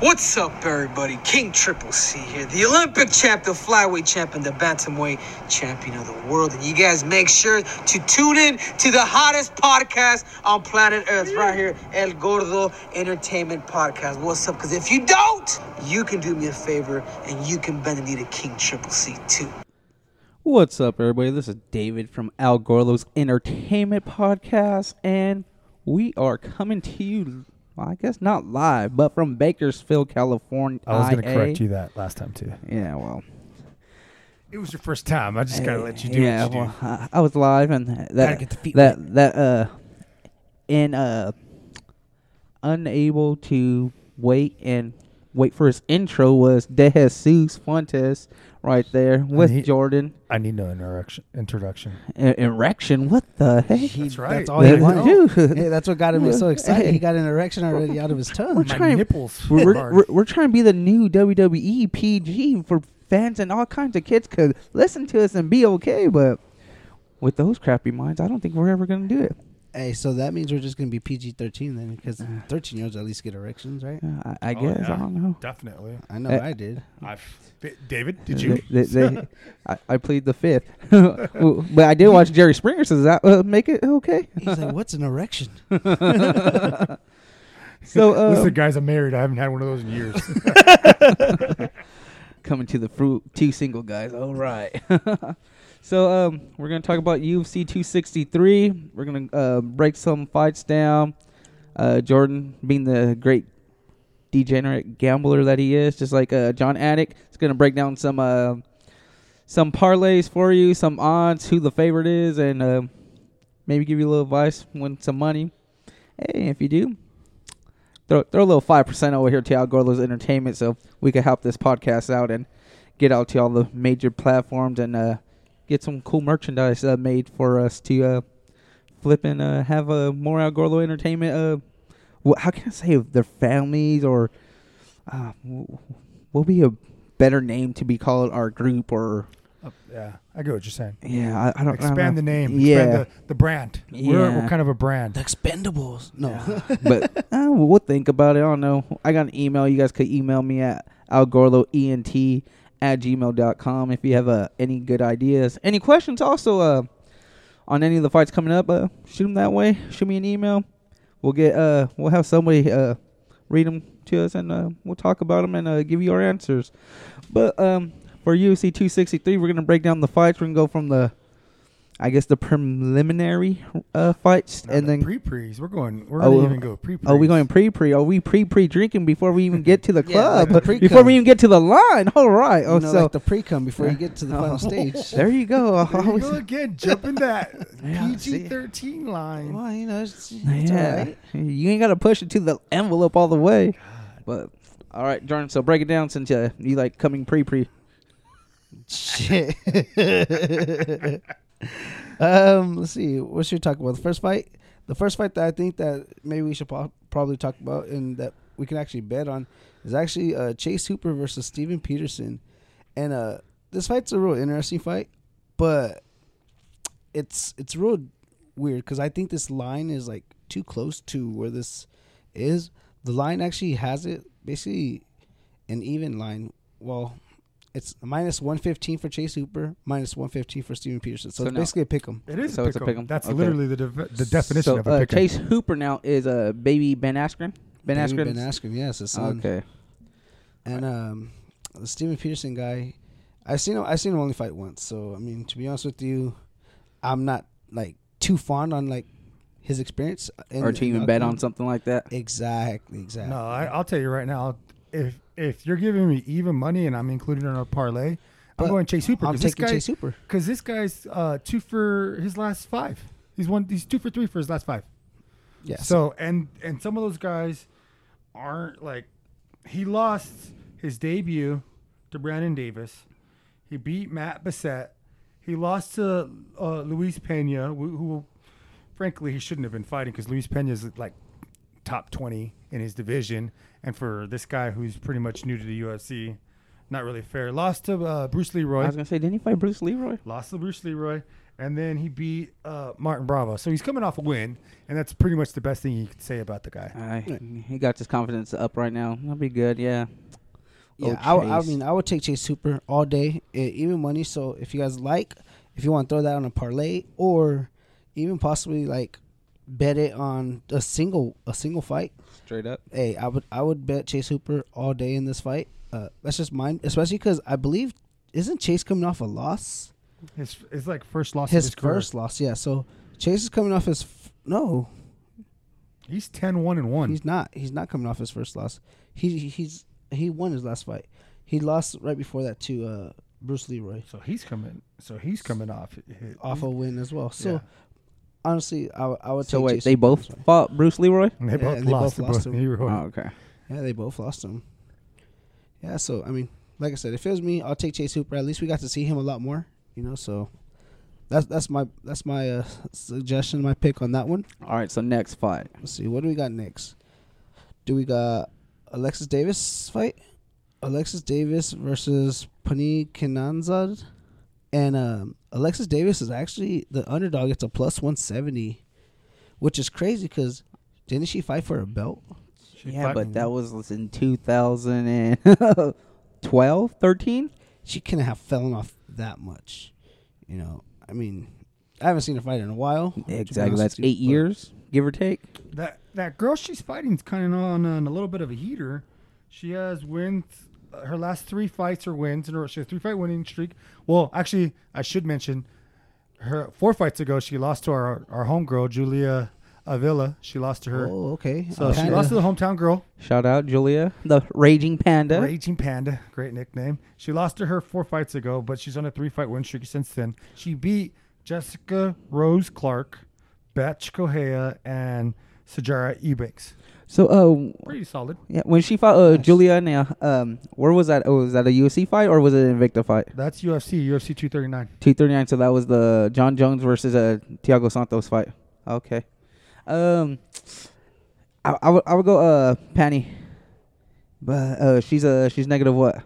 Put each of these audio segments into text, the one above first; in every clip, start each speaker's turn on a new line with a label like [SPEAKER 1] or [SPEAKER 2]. [SPEAKER 1] What's up, everybody? King Triple C here, the Olympic champ, the flyweight champ, and the bantamweight champion of the world. And you guys make sure to tune in to the hottest podcast on planet Earth, right here, El Gordo Entertainment Podcast. What's up? Because if you don't, you can do me a favor and you can bend the knee to King Triple C too.
[SPEAKER 2] What's up, everybody? This is David from Al Gorlo's Entertainment Podcast, and we are coming to you, well, I guess not live, but from Bakersfield, California.
[SPEAKER 3] I was going to correct you that last time too.
[SPEAKER 2] Yeah, well.
[SPEAKER 3] It was your first time. I just gotta let you do
[SPEAKER 2] yeah,
[SPEAKER 3] what you
[SPEAKER 2] well, I, I was live, and that
[SPEAKER 3] get the feet
[SPEAKER 2] that that uh, and uh, unable to wait and wait for his intro was De Jesus Fuentes right there with
[SPEAKER 3] he-
[SPEAKER 2] Jordan.
[SPEAKER 3] do. I need no introduction. Introduction.
[SPEAKER 2] E- erection. What the heck?
[SPEAKER 3] That's right.
[SPEAKER 4] That's all he
[SPEAKER 2] That-
[SPEAKER 4] wanted.
[SPEAKER 2] dude.
[SPEAKER 4] Hey, that's what got him so excited.
[SPEAKER 2] Hey.
[SPEAKER 4] He got an erection already out of his
[SPEAKER 2] We're
[SPEAKER 4] tongue.
[SPEAKER 3] My
[SPEAKER 2] trying.
[SPEAKER 3] nipples
[SPEAKER 2] We're, we're,
[SPEAKER 3] hard.
[SPEAKER 2] we're, we're trying to be the new WWE PG for fans and all kinds of kids could listen to us and be okay. But with those crappy minds, I don't think we're ever going to do it.
[SPEAKER 4] Hey, so that means we're just gonna be PG thirteen then, because thirteen year olds at least get erections, right?
[SPEAKER 2] Uh, I, I
[SPEAKER 3] Oh,
[SPEAKER 2] guess
[SPEAKER 3] yeah.
[SPEAKER 2] I don't know.
[SPEAKER 3] Definitely.
[SPEAKER 4] I know
[SPEAKER 2] Uh,
[SPEAKER 4] I did.
[SPEAKER 3] I've D- David. Did you?
[SPEAKER 2] They, they, they- I, I plead the fifth, Well, but I did watch Jerry Springer. So does that uh, make it okay?
[SPEAKER 4] He's like, "What's an erection?"
[SPEAKER 2] So um,
[SPEAKER 3] Listen, guys, I'm married. I haven't had one of those in years.
[SPEAKER 2] coming to the fruit two single guys. All right. so um, we're gonna talk about UFC 263. We're gonna uh, break some fights down. Uh, Jordan, being the great degenerate gambler that he is, just like uh, John Attic, is gonna break down some uh, some parlays for you, some odds, who the favorite is, and uh, maybe give you a little advice, win some money. Hey, if you do, throw, throw a little five percent over here to Al Gorlo's Entertainment, so we can help this podcast out and get out to all the major platforms and uh, get some cool merchandise uh, made for us to uh, flip and uh, have uh, more Al Gorlo Entertainment. Uh, wh- how can I say their families or uh, wh- what would be a better name to be called our group or
[SPEAKER 3] yeah, I get what you're saying.
[SPEAKER 2] yeah I, I don't I don't
[SPEAKER 3] Expand
[SPEAKER 2] know.
[SPEAKER 3] the name.
[SPEAKER 2] yeah
[SPEAKER 3] Expand the, the brand. We're,
[SPEAKER 2] Yeah.
[SPEAKER 3] we're kind of a brand.
[SPEAKER 4] The Expendables. No,
[SPEAKER 2] but uh, we'll think about it. I don't know. I got an email. You guys could email me at algorloent at gmail.com if you have uh, any good ideas. Any questions also uh, on any of the fights coming up, uh, shoot them that way. Shoot me an email. We'll get uh, we'll have somebody uh, read them to us and uh, we'll talk about them and uh, give you our answers. But um, for UFC 263, we're gonna break down the fights. We're gonna go from the, I guess the preliminary uh, fights
[SPEAKER 3] Not
[SPEAKER 2] and
[SPEAKER 3] the
[SPEAKER 2] then
[SPEAKER 3] pre-pre's. We're going. We're
[SPEAKER 2] Oh,
[SPEAKER 3] gonna
[SPEAKER 2] we're-
[SPEAKER 3] even go pre-pre's.
[SPEAKER 2] Oh, we going pre pre? Are we pre pre drinking before we even get to the
[SPEAKER 4] Yeah, like
[SPEAKER 2] club?
[SPEAKER 4] the pre-cum.
[SPEAKER 2] before we even get to the line. All right. Oh,
[SPEAKER 4] you know,
[SPEAKER 2] so
[SPEAKER 4] like the pre cum before you get to the final stage.
[SPEAKER 2] there you go. I
[SPEAKER 3] There you
[SPEAKER 2] always-
[SPEAKER 3] go again. Jumping that
[SPEAKER 2] Yeah, see.
[SPEAKER 3] PG-13 line.
[SPEAKER 4] Well, you know, it's, it's
[SPEAKER 2] Oh.
[SPEAKER 4] all
[SPEAKER 2] yeah,
[SPEAKER 4] right.
[SPEAKER 2] you ain't got to push it to the envelope all the way. But all right, Jordan. So break it down since uh, you like coming pre pre.
[SPEAKER 4] Shit. um, let's see. What should we talk about? The first fight. The first fight that I think that maybe we should po- probably talk about and that we can actually bet on is actually uh, Chase Hooper versus Steven Peterson, and uh, this fight's a real interesting fight, but it's it's real weird because I think this line is like too close to where this is. The line actually has it basically an even line. Well, it's minus one fifteen for Chase Hooper, minus one fifteen for Steven Peterson. So,
[SPEAKER 2] So
[SPEAKER 4] it's
[SPEAKER 2] no.
[SPEAKER 4] basically a pick 'em.
[SPEAKER 3] It is
[SPEAKER 2] So
[SPEAKER 3] a
[SPEAKER 2] it's a
[SPEAKER 3] pick'em.
[SPEAKER 2] pick'em.
[SPEAKER 3] That's
[SPEAKER 2] Okay.
[SPEAKER 3] literally the def- the definition
[SPEAKER 2] so,
[SPEAKER 3] of a
[SPEAKER 2] uh,
[SPEAKER 3] pick'em.
[SPEAKER 2] Chase Hooper now is a uh, baby Ben Askren. Ben
[SPEAKER 4] Baby
[SPEAKER 2] Askren.
[SPEAKER 4] Ben Askren, yes, his son.
[SPEAKER 2] Okay.
[SPEAKER 4] And um, the Steven Peterson guy, I've seen him. I've seen him only fight once. So I mean, to be honest with you, I'm not like too fond on like his experience. in-
[SPEAKER 2] or to
[SPEAKER 4] in
[SPEAKER 2] even
[SPEAKER 4] the
[SPEAKER 2] bet
[SPEAKER 4] octagon.
[SPEAKER 2] on something like that.
[SPEAKER 4] Exactly, exactly.
[SPEAKER 3] No, Uh, I, I'll tell you right now. If if you're giving me even money and I'm included in our parlay,
[SPEAKER 4] But
[SPEAKER 3] I'm going Chase Hooper.
[SPEAKER 4] I'm
[SPEAKER 3] 'cause this
[SPEAKER 4] taking
[SPEAKER 3] guy-
[SPEAKER 4] Chase Hooper.
[SPEAKER 3] Because this guy's uh, two for his last five. He's one. He's two for three for his last five.
[SPEAKER 4] Yeah. So
[SPEAKER 3] So and and some of those guys aren't like he lost his debut to Brandon Davis. He beat Matt Bissett. He lost to uh, Luis Pena, who, who frankly he shouldn't have been fighting because Luis Pena's like top twenty in his division, and for this guy who's pretty much new to the UFC, Not really fair. Lost to uh, Bruce Leroy.
[SPEAKER 2] I was gonna say, didn't he fight Bruce Leroy?
[SPEAKER 3] lost to Bruce Leroy, and then he beat uh, Martin Bravo. So he's coming off a win, and that's pretty much the best thing you could say about the guy.
[SPEAKER 4] Uh,
[SPEAKER 2] I, he got his confidence up right now. That'll be good. Yeah.
[SPEAKER 4] Yeah,
[SPEAKER 2] Oh,
[SPEAKER 4] I, w- I
[SPEAKER 2] Chase.
[SPEAKER 4] mean, I would take Chase Super all day, eh, even money. So if you guys like, if you want to throw that on a parlay, or even possibly like bet it on a single a single fight,
[SPEAKER 2] straight up.
[SPEAKER 4] hey, I would I would bet Chase Hooper all day in this fight. Uh, that's just mine, especially because I believe isn't Chase coming off a loss?
[SPEAKER 3] His, his like first loss.
[SPEAKER 4] His,
[SPEAKER 3] of his career.
[SPEAKER 4] first loss, yeah. So Chase is coming off his f- no,
[SPEAKER 3] He's 10-1 and one.
[SPEAKER 4] he's not. He's not coming off his first loss. He he's he won his last fight. He lost right before that to uh, Bruce Leroy
[SPEAKER 3] So he's coming. So he's coming off. hit-
[SPEAKER 4] off a win as well. So
[SPEAKER 3] Yeah.
[SPEAKER 4] honestly, I, would- I would
[SPEAKER 2] So
[SPEAKER 4] take
[SPEAKER 2] wait,
[SPEAKER 4] Jason
[SPEAKER 2] they both
[SPEAKER 4] Tatum's fight.
[SPEAKER 2] fought Bruce Leroy.
[SPEAKER 3] And they
[SPEAKER 4] Yeah,
[SPEAKER 3] both
[SPEAKER 4] they
[SPEAKER 3] lost.
[SPEAKER 4] both
[SPEAKER 3] to
[SPEAKER 4] lost
[SPEAKER 3] Bruce
[SPEAKER 4] to-
[SPEAKER 3] Leroy.
[SPEAKER 2] Oh, okay.
[SPEAKER 4] Yeah, they both lost him. Yeah, so I mean, like I said, if it was me, I'll take Chase Hooper. At least we got to see him a lot more, you know. So that's that's my that's my uh, suggestion, my pick on that one.
[SPEAKER 2] All right. So next fight.
[SPEAKER 4] Let's see, what do we got next? Do we got Alexis Davis fight? Alexis Davis versus Pani Kinanzad. And um, Alexis Davis is actually the underdog. It's a plus 170, which is crazy because didn't she fight for a belt?
[SPEAKER 3] She
[SPEAKER 2] yeah,
[SPEAKER 3] fight-
[SPEAKER 2] but that was was in 2012, 13.
[SPEAKER 4] She couldn't have fallen off that much. You know, I mean, I haven't seen her fight in a while. to be
[SPEAKER 2] Exactly.
[SPEAKER 4] honest
[SPEAKER 2] That's
[SPEAKER 4] with you,
[SPEAKER 2] eight
[SPEAKER 4] but-
[SPEAKER 2] years, give or take.
[SPEAKER 3] that that girl she's fighting is kind of on, on a little bit of a heater. She has wins. uh, Her last three fights are wins in a row. She has three fight winning streak. Well, actually, I should mention her four fights ago she lost to our our homegirl Julia Avila. She lost to her.
[SPEAKER 4] Oh, okay.
[SPEAKER 3] so she
[SPEAKER 4] Kinda-
[SPEAKER 3] lost to the hometown girl,
[SPEAKER 2] Shout out Julia, the raging panda.
[SPEAKER 3] Raging Panda. Great nickname. She lost to her four fights ago, but she's on a three fight win streak since then. She beat Jessica Rose Clark, Batch Kohea, and Sajara Ebanks.
[SPEAKER 2] So, uh,
[SPEAKER 3] Pretty solid.
[SPEAKER 2] yeah, when she fought uh, Julia, now, um, where was that? Oh, was that a UFC fight or was it an Invicta fight?
[SPEAKER 3] That's UFC, UFC 239.
[SPEAKER 2] 239. So that was the John Jones versus uh, Thiago Santos fight. Okay. Um, I, I would I would go uh Panny, but uh she's uh she's negative what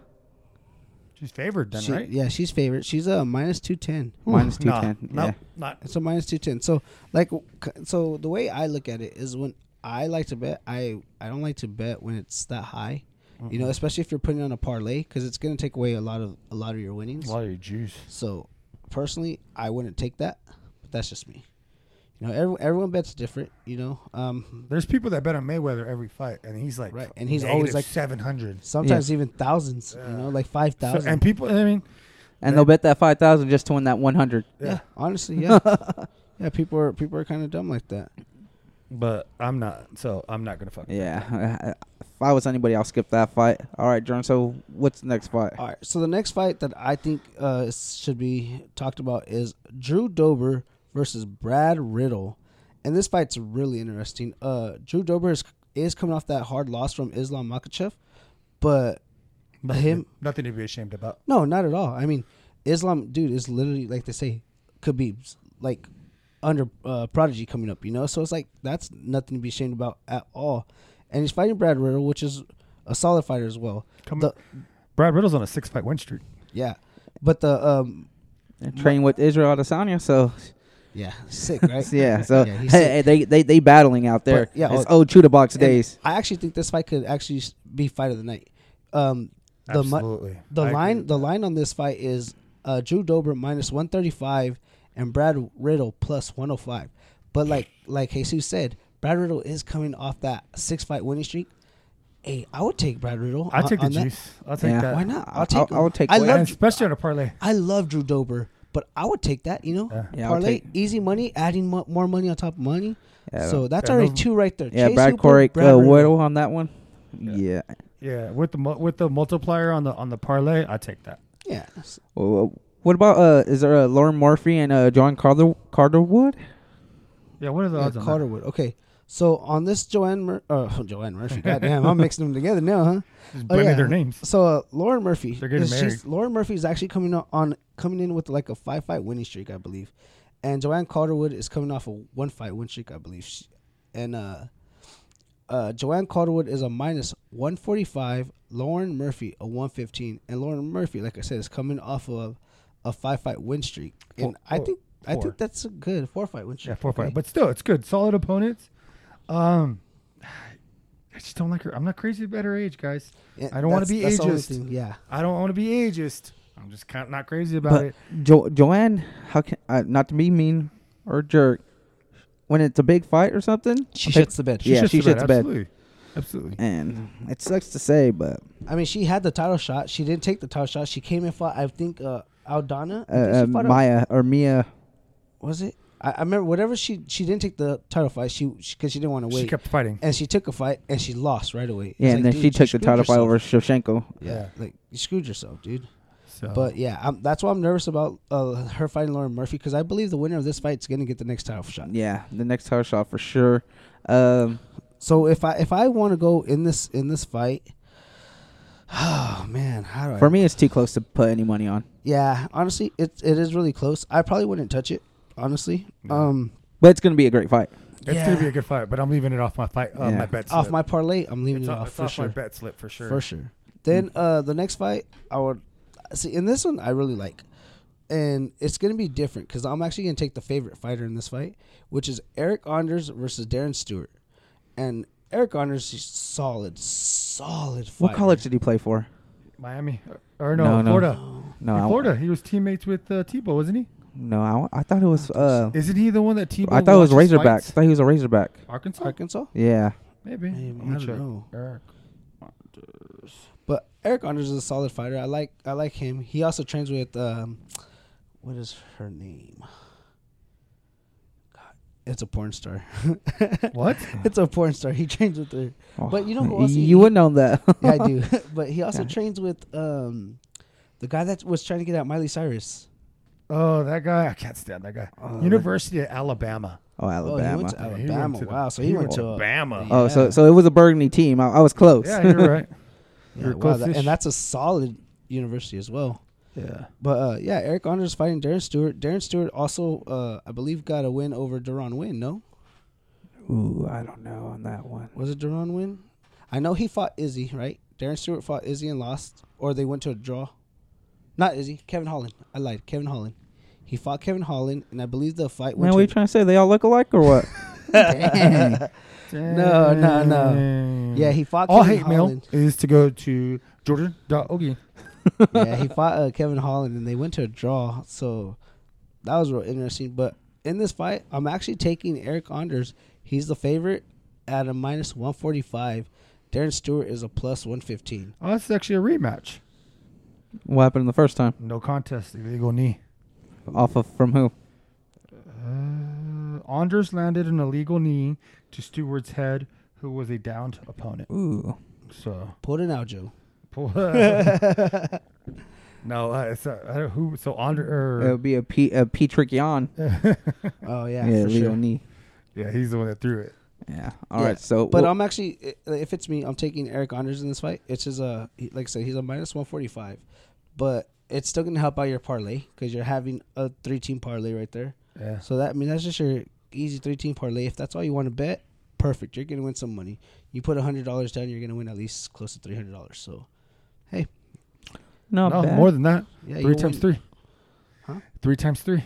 [SPEAKER 3] She's favored then,
[SPEAKER 4] she-
[SPEAKER 3] right?
[SPEAKER 4] Yeah, she's favorite. She's a minus 210.
[SPEAKER 2] minus two
[SPEAKER 3] Nah,
[SPEAKER 2] ten.
[SPEAKER 3] nope,
[SPEAKER 2] Yeah.
[SPEAKER 3] not.
[SPEAKER 4] So minus two ten. So like, c- so the way I look at it is when I like to bet, I I don't like to bet when it's that high. You know, especially if you're putting on a parlay, because it's gonna take away a lot of a lot of your winnings.
[SPEAKER 3] A lot of your juice.
[SPEAKER 4] So personally, I wouldn't take that. But that's just me. You know, every, everyone bets different. You know, um,
[SPEAKER 3] There's people that bet on Mayweather every fight, and he's like,
[SPEAKER 4] Right, and he's
[SPEAKER 3] negative
[SPEAKER 4] always like-
[SPEAKER 3] 700.
[SPEAKER 4] sometimes even thousands. You know, like five
[SPEAKER 3] So-
[SPEAKER 4] thousand.
[SPEAKER 3] and people, I mean,
[SPEAKER 2] And they'll bet that five thousand just to win that one hundred.
[SPEAKER 4] yeah. honestly, yeah, yeah. People are people are kind of dumb like that.
[SPEAKER 3] but I'm not, so I'm not going to fuck.
[SPEAKER 2] Yeah. If I was anybody, I'll skip that fight. All right, Jordan. So what's the next fight?
[SPEAKER 4] All right. So the next fight that I think uh, should be talked about is Drew Dober versus Brad Riddle, and this fight's really interesting. Uh, Drew Dober is is coming off that hard loss from Islam Makachev, but
[SPEAKER 3] Nothing,
[SPEAKER 4] him-
[SPEAKER 3] nothing to be ashamed about.
[SPEAKER 4] no, not at all. I mean, Islam dude is literally like they say, Khabib's like under uh, Prodigy coming up, you know. So it's like that's nothing to be ashamed about at all. And he's fighting Brad Riddle, which is a solid fighter as well.
[SPEAKER 3] Come
[SPEAKER 4] The-
[SPEAKER 3] Brad Riddle's on a six fight win streak.
[SPEAKER 4] yeah, but the um,
[SPEAKER 2] And Train with Israel Adesanya. So
[SPEAKER 4] Yeah, sick, right?
[SPEAKER 2] yeah. So
[SPEAKER 4] Yeah, he's
[SPEAKER 2] hey, they they they battling out there.
[SPEAKER 4] But, yeah,
[SPEAKER 2] It's
[SPEAKER 4] oh,
[SPEAKER 2] old Chuda box
[SPEAKER 4] And
[SPEAKER 2] days.
[SPEAKER 4] I actually think this fight could actually s- be fight of the night. Um, the mu-
[SPEAKER 3] Absolutely.
[SPEAKER 4] the
[SPEAKER 3] I agree
[SPEAKER 4] line
[SPEAKER 3] with
[SPEAKER 4] the line on this fight is uh, Drew Dober minus one thirty five and Brad Riddle plus one hundred five. But like like Jesus said, Brad Riddle is coming off that six fight winning streak. Hey, I would take Brad Riddle.
[SPEAKER 3] I'll
[SPEAKER 4] on-
[SPEAKER 3] take the
[SPEAKER 4] on that.
[SPEAKER 3] juice. I'll take
[SPEAKER 2] Yeah.
[SPEAKER 3] that.
[SPEAKER 4] Why not?
[SPEAKER 2] I'll-
[SPEAKER 4] I'll take.
[SPEAKER 2] I'll- I'll take
[SPEAKER 4] I
[SPEAKER 2] what-
[SPEAKER 3] And
[SPEAKER 4] love.
[SPEAKER 3] especially on a parlay.
[SPEAKER 4] I love Drew Dober, but I would take that. You know,
[SPEAKER 2] Yeah, I'll
[SPEAKER 4] parlay
[SPEAKER 2] take-
[SPEAKER 4] easy money, adding mo- more money on top of money.
[SPEAKER 2] Yeah,
[SPEAKER 4] so that's
[SPEAKER 3] yeah,
[SPEAKER 4] already
[SPEAKER 3] no-
[SPEAKER 4] two right there.
[SPEAKER 2] Yeah,
[SPEAKER 4] Chase
[SPEAKER 2] Brad
[SPEAKER 4] Hooper,
[SPEAKER 2] Corey
[SPEAKER 4] Brad
[SPEAKER 2] uh,
[SPEAKER 4] Riddle.
[SPEAKER 2] Whittle on that one. Yeah.
[SPEAKER 3] Yeah, with the mu- with the multiplier on the on the parlay, I take that.
[SPEAKER 4] Yeah.
[SPEAKER 2] Wh- wh- What about uh? Is there a Lauren Murphy and uh John Carter Carterwood?
[SPEAKER 3] Yeah, what are the
[SPEAKER 4] Yeah,
[SPEAKER 3] odds on that?
[SPEAKER 4] Calderwood. uh, Okay. So on this Joanne Mur- uh, Joanne Murphy. Goddamn, I'm mixing them together now, huh?
[SPEAKER 3] Just
[SPEAKER 4] Oh,
[SPEAKER 3] blended
[SPEAKER 4] yeah.
[SPEAKER 3] their names.
[SPEAKER 4] So uh, Lauren Murphy.
[SPEAKER 3] They're getting
[SPEAKER 4] is-
[SPEAKER 3] married.
[SPEAKER 4] She's, Lauren Murphy is actually coming o- on coming in with like a five fight winning streak, I believe, and Joanne Calderwood is coming off a one fight win streak, I believe, she, and uh, Uh, Joanne Calderwood is a minus 145. Lauren Murphy, a 115. And Lauren Murphy, like I said, is coming off of a five fight win streak. And I
[SPEAKER 3] four-
[SPEAKER 4] think I
[SPEAKER 3] four.
[SPEAKER 4] think that's a good four fight win
[SPEAKER 3] Yeah,
[SPEAKER 4] streak.
[SPEAKER 3] four five.
[SPEAKER 4] right?
[SPEAKER 3] But still, it's good. Solid opponents. Um, I just don't like her. I'm not crazy about her age, guys.
[SPEAKER 4] Yeah,
[SPEAKER 3] I don't want to
[SPEAKER 4] that's-
[SPEAKER 3] be
[SPEAKER 4] that's the
[SPEAKER 3] ageist.
[SPEAKER 4] only thing, Yeah.
[SPEAKER 3] I don't want to be ageist. I'm just kind of not crazy about
[SPEAKER 2] But
[SPEAKER 3] it.
[SPEAKER 2] jo- Joanne, how can uh, not to be mean or a jerk when it's a big fight or something?
[SPEAKER 4] She
[SPEAKER 2] I think-
[SPEAKER 4] shits the bed.
[SPEAKER 2] yeah,
[SPEAKER 3] shits
[SPEAKER 2] she
[SPEAKER 3] the bed,
[SPEAKER 2] shits the bed.
[SPEAKER 3] Absolutely. Absolutely.
[SPEAKER 2] and it sucks to say, but
[SPEAKER 4] I mean, she had the title shot. She didn't take the title shot. She came and fought, I think, uh, Aldana. I
[SPEAKER 2] uh,
[SPEAKER 4] think
[SPEAKER 2] uh,
[SPEAKER 4] she fought
[SPEAKER 2] Maya or Mia,
[SPEAKER 4] was it? I, I remember whatever she she didn't take the title fight. She because she, didn't want to wait,
[SPEAKER 3] She kept fighting.
[SPEAKER 4] and she took a fight and she lost right away. It's
[SPEAKER 2] yeah,
[SPEAKER 4] like,
[SPEAKER 2] and then
[SPEAKER 4] dude,
[SPEAKER 2] she
[SPEAKER 4] you
[SPEAKER 2] took the
[SPEAKER 4] screwed
[SPEAKER 2] title fight
[SPEAKER 4] yourself.
[SPEAKER 2] over Shevchenko.
[SPEAKER 4] Yeah, like you screwed yourself, dude.
[SPEAKER 3] So.
[SPEAKER 4] But yeah, I'm, that's why I'm nervous about uh, her fighting Lauren Murphy because I believe the winner of this fight's gonna get the next title shot.
[SPEAKER 2] Yeah, the next title shot for sure. Um,
[SPEAKER 4] So if I if I want to go in this in this fight, oh man, how do I?
[SPEAKER 2] for me, it's too close to put any money on.
[SPEAKER 4] yeah, honestly, it it is really close. I probably wouldn't touch it, honestly. Um,
[SPEAKER 2] But it's gonna be a great fight.
[SPEAKER 3] It's
[SPEAKER 4] Yeah.
[SPEAKER 3] gonna be a good fight, but I'm leaving it off my fight, uh,
[SPEAKER 2] Yeah.
[SPEAKER 3] my bet. Slip.
[SPEAKER 4] off my parlay, I'm leaving
[SPEAKER 3] it's
[SPEAKER 4] it
[SPEAKER 3] off,
[SPEAKER 4] off
[SPEAKER 3] it's
[SPEAKER 4] for
[SPEAKER 3] off
[SPEAKER 4] sure.
[SPEAKER 3] my bet slip for sure. Mm.
[SPEAKER 4] For sure. Then uh the next fight I would see in this one I really like. And it's gonna be different because I'm actually gonna take the favorite fighter in this fight, which is Eric Anders versus Darren Stewart. And Eric Anders is solid, solid fighter.
[SPEAKER 2] What college did he play for?
[SPEAKER 3] Miami or no,
[SPEAKER 2] No, no.
[SPEAKER 3] Florida.
[SPEAKER 2] No,
[SPEAKER 3] In
[SPEAKER 2] I,
[SPEAKER 3] Florida. He was teammates with uh, Tebow, wasn't he?
[SPEAKER 2] no, I, I thought it was. Uh,
[SPEAKER 3] Isn't he the one that Tebow?
[SPEAKER 2] I thought it was
[SPEAKER 3] watches
[SPEAKER 2] Razorbacks. I
[SPEAKER 3] fights? Oh.
[SPEAKER 2] thought he was a Razorback.
[SPEAKER 3] Arkansas,
[SPEAKER 4] Arkansas?
[SPEAKER 2] Yeah,
[SPEAKER 3] maybe.
[SPEAKER 4] Maybe,
[SPEAKER 3] I'm gonna
[SPEAKER 4] I don't
[SPEAKER 3] check.
[SPEAKER 4] know.
[SPEAKER 3] Eric.
[SPEAKER 4] But Eric Anders is a solid fighter. I like I like him. He also trains with um what is her name? God, it's a porn star.
[SPEAKER 3] What?
[SPEAKER 4] it's a porn star. He trains with her.
[SPEAKER 2] Oh,
[SPEAKER 4] But you know who
[SPEAKER 2] y-
[SPEAKER 4] else he-
[SPEAKER 2] you would know that. Oh,
[SPEAKER 4] yeah, I do. but he also
[SPEAKER 2] Yeah.
[SPEAKER 4] trains with um, the guy that was trying to get out Miley Cyrus.
[SPEAKER 3] Oh, that guy. I can't stand that guy. University of Alabama.
[SPEAKER 2] oh,
[SPEAKER 4] Oh, he
[SPEAKER 2] Alabama.
[SPEAKER 4] went to
[SPEAKER 3] Yeah, he went
[SPEAKER 4] Alabama.
[SPEAKER 3] to the-
[SPEAKER 4] wow, so he, went, to uh,
[SPEAKER 3] Alabama.
[SPEAKER 2] Oh, so
[SPEAKER 4] Yeah.
[SPEAKER 2] so it was a Burgundy team. I, I was close.
[SPEAKER 3] yeah, you're right.
[SPEAKER 4] yeah,
[SPEAKER 3] You're
[SPEAKER 4] wow,
[SPEAKER 3] close
[SPEAKER 4] that-
[SPEAKER 3] ish.
[SPEAKER 4] and that's a solid university as well.
[SPEAKER 3] Yeah.
[SPEAKER 4] But uh, yeah, Eric Anders fighting Darren Stewart. Darren Stewart also, uh, I believe, got a win over Deron Win. No,
[SPEAKER 2] Ooh, I don't know on that one.
[SPEAKER 4] was it Deron Win? I know he fought Izzy, right? Darren Stewart fought Izzy and lost, or they went to a draw. Not Izzy, Kevin Holland. I lied, Kevin Holland. He fought Kevin Holland, and I believe the fight
[SPEAKER 2] Man,
[SPEAKER 4] went
[SPEAKER 2] what are you
[SPEAKER 4] to
[SPEAKER 2] trying to say? They all look alike or what?
[SPEAKER 4] No, no, no. yeah. He fought
[SPEAKER 3] All
[SPEAKER 4] Kevin
[SPEAKER 3] hate
[SPEAKER 4] Holland.
[SPEAKER 3] mail is to go to Oh, Jordan. Ogie.
[SPEAKER 4] yeah, he fought uh, Kevin Holland and they went to a draw. So that was real interesting. But in this fight, I'm actually taking Eric Anders. He's the favorite at a minus 145. Darren Stewart is a plus 115.
[SPEAKER 3] Oh, this is actually a rematch.
[SPEAKER 2] what happened the first time?
[SPEAKER 3] No contest. Illegal knee.
[SPEAKER 2] Off of from who?
[SPEAKER 3] Uh, Anders landed an illegal knee to Stewart's head, who was a downed opponent.
[SPEAKER 2] Ooh,
[SPEAKER 3] So,
[SPEAKER 4] Pulled it out, Joe.
[SPEAKER 3] no, uh, it's, uh, I don't, who? So er, Anders.
[SPEAKER 2] it would be a P, a Patrick Yon.
[SPEAKER 4] Oh, yeah,
[SPEAKER 2] Yeah,
[SPEAKER 4] for
[SPEAKER 2] Leo
[SPEAKER 4] sure.
[SPEAKER 2] Knee.
[SPEAKER 3] yeah, he's the one that threw it.
[SPEAKER 2] Yeah. All right.
[SPEAKER 4] Yeah.
[SPEAKER 2] So,
[SPEAKER 4] But um,
[SPEAKER 2] well,
[SPEAKER 4] I'm actually, i- if it's me, I'm taking Eric Anders in this fight. It's just a, he- like I said, he's a minus 145. But it's still going to help out your parlay because you're having a three team parlay right there.
[SPEAKER 3] Yeah.
[SPEAKER 4] So that I mean that's just your easy three team parlay. If that's all you want to bet, perfect. You're gonna win some money. You put hundred dollars down, you're gonna win at least close to three hundred dollars. So
[SPEAKER 2] not
[SPEAKER 3] no,
[SPEAKER 2] bad.
[SPEAKER 3] more than that.
[SPEAKER 4] yeah,
[SPEAKER 3] three times three.
[SPEAKER 4] Huh?
[SPEAKER 3] Three times three.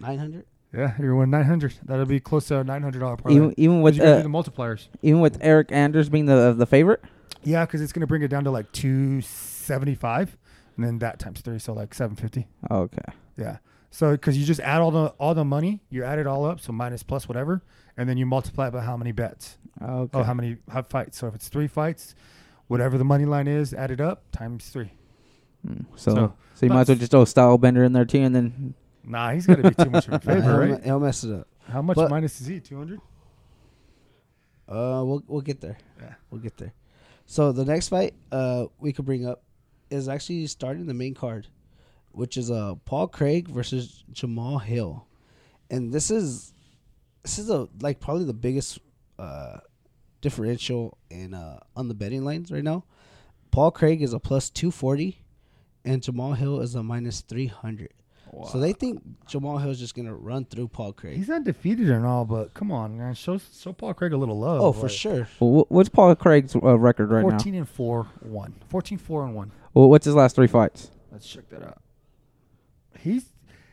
[SPEAKER 4] nine hundred.
[SPEAKER 3] Yeah, you win nine hundred. That'll be close to a nine hundred dollar parlay.
[SPEAKER 2] even even
[SPEAKER 3] 'Cause
[SPEAKER 2] with
[SPEAKER 3] you gotta
[SPEAKER 2] uh,
[SPEAKER 3] do the multipliers.
[SPEAKER 2] even with Eric Anders being the the favorite.
[SPEAKER 3] Yeah, because it's gonna bring it down to like two seventy five, and then that times three, so like seven fifty.
[SPEAKER 2] Okay.
[SPEAKER 3] Yeah. So because you just add all the all the money, you add it all up, so minus plus whatever, and then you multiply it by how many bets.
[SPEAKER 2] Okay.
[SPEAKER 3] Oh, how many how fights? So if it's three fights, whatever the money line is, add it up times three.
[SPEAKER 2] Mm, so, so
[SPEAKER 3] so-
[SPEAKER 2] you might as well just throw style bender in there too, and then
[SPEAKER 3] Nah, he's gonna be too much of a favor, right?
[SPEAKER 4] He'll mess it up.
[SPEAKER 3] How much
[SPEAKER 4] But-
[SPEAKER 3] minus is he? Two hundred.
[SPEAKER 4] Uh, we'll we'll get there.
[SPEAKER 3] Yeah.
[SPEAKER 4] We'll get there. So the next fight uh we could bring up is actually starting the main card, which is uh Paul Craig versus Jamal Hill, and this is this is a like probably the biggest uh differential in uh on the betting lines right now. Paul Craig is a plus two forty, and Jamal Hill is a minus three hundred. So they think Jamal Hill's just gonna run through Paul Craig.
[SPEAKER 3] He's undefeated and all, but come on, man. Show, show Paul Craig a little love.
[SPEAKER 4] Oh, for
[SPEAKER 3] like,
[SPEAKER 4] sure.
[SPEAKER 2] Well, wh- what's Paul Craig's uh, record right
[SPEAKER 3] 14 and 4 1. 14 4 and 1.
[SPEAKER 2] now? Well, what's his last three fights?
[SPEAKER 3] Let's check that out. He's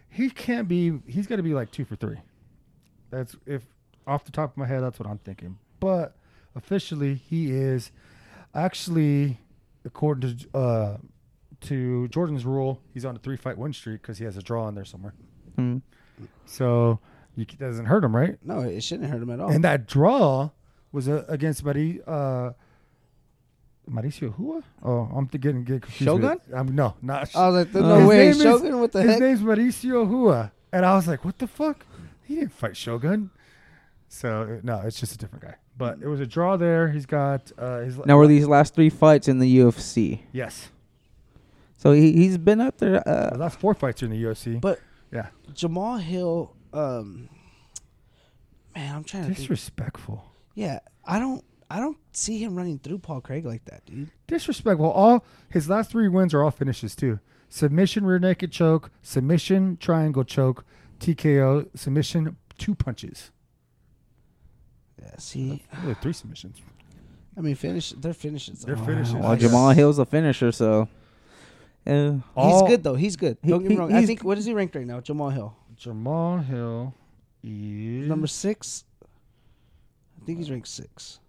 [SPEAKER 3] he can't be he's got to be like 2 for 3. That's if off the top of my head that's what I'm thinking. But officially he is actually according to uh to Jordan's rule, he's on a three fight win streak because he has a draw in there somewhere.
[SPEAKER 2] Hmm.
[SPEAKER 3] So you, c- that doesn't hurt him, right?
[SPEAKER 4] No, it shouldn't hurt him at all.
[SPEAKER 3] And that draw was uh, against Mari, uh, Mauricio Hua. Oh, I'm th- getting, getting confused. with-
[SPEAKER 4] Shogun?
[SPEAKER 3] I'm, no, not.
[SPEAKER 4] I was like,
[SPEAKER 2] Uh, His
[SPEAKER 4] no way,
[SPEAKER 3] name is-
[SPEAKER 4] Shogun. What the
[SPEAKER 3] his
[SPEAKER 4] heck?
[SPEAKER 3] name's Mauricio Hua, and I was like, what the fuck? He didn't fight Shogun. So no, it's just a different guy. But it was a draw there. He's got uh, his
[SPEAKER 2] Now, were these last three fights in the UFC?
[SPEAKER 3] yes.
[SPEAKER 2] So he, he's been up there.
[SPEAKER 3] The
[SPEAKER 2] Uh,
[SPEAKER 3] last four fights are in the UFC.
[SPEAKER 4] But
[SPEAKER 3] yeah,
[SPEAKER 4] Jamal Hill, um, man, I'm trying to think.
[SPEAKER 3] disrespectful.
[SPEAKER 4] Yeah, I don't, I don't see him running through Paul Craig like that, dude.
[SPEAKER 3] disrespectful. All his last three wins are all finishes too: submission, rear naked choke, submission, triangle choke, TKO, submission, two punches,
[SPEAKER 4] Yeah, see,
[SPEAKER 3] Really, three submissions.
[SPEAKER 4] I mean, finish their finishes.
[SPEAKER 3] Their
[SPEAKER 4] are-
[SPEAKER 3] finishes.
[SPEAKER 2] well, Jamal Hill's a finisher, so. Uh,
[SPEAKER 4] He's
[SPEAKER 3] All-
[SPEAKER 4] good though. He's good.
[SPEAKER 2] He-
[SPEAKER 4] Don't get me
[SPEAKER 2] he-
[SPEAKER 4] wrong. I
[SPEAKER 2] he's-
[SPEAKER 4] think what is he ranked right now? Jamal Hill,
[SPEAKER 3] Jamal Hill is
[SPEAKER 4] number six. I think he's ranked six.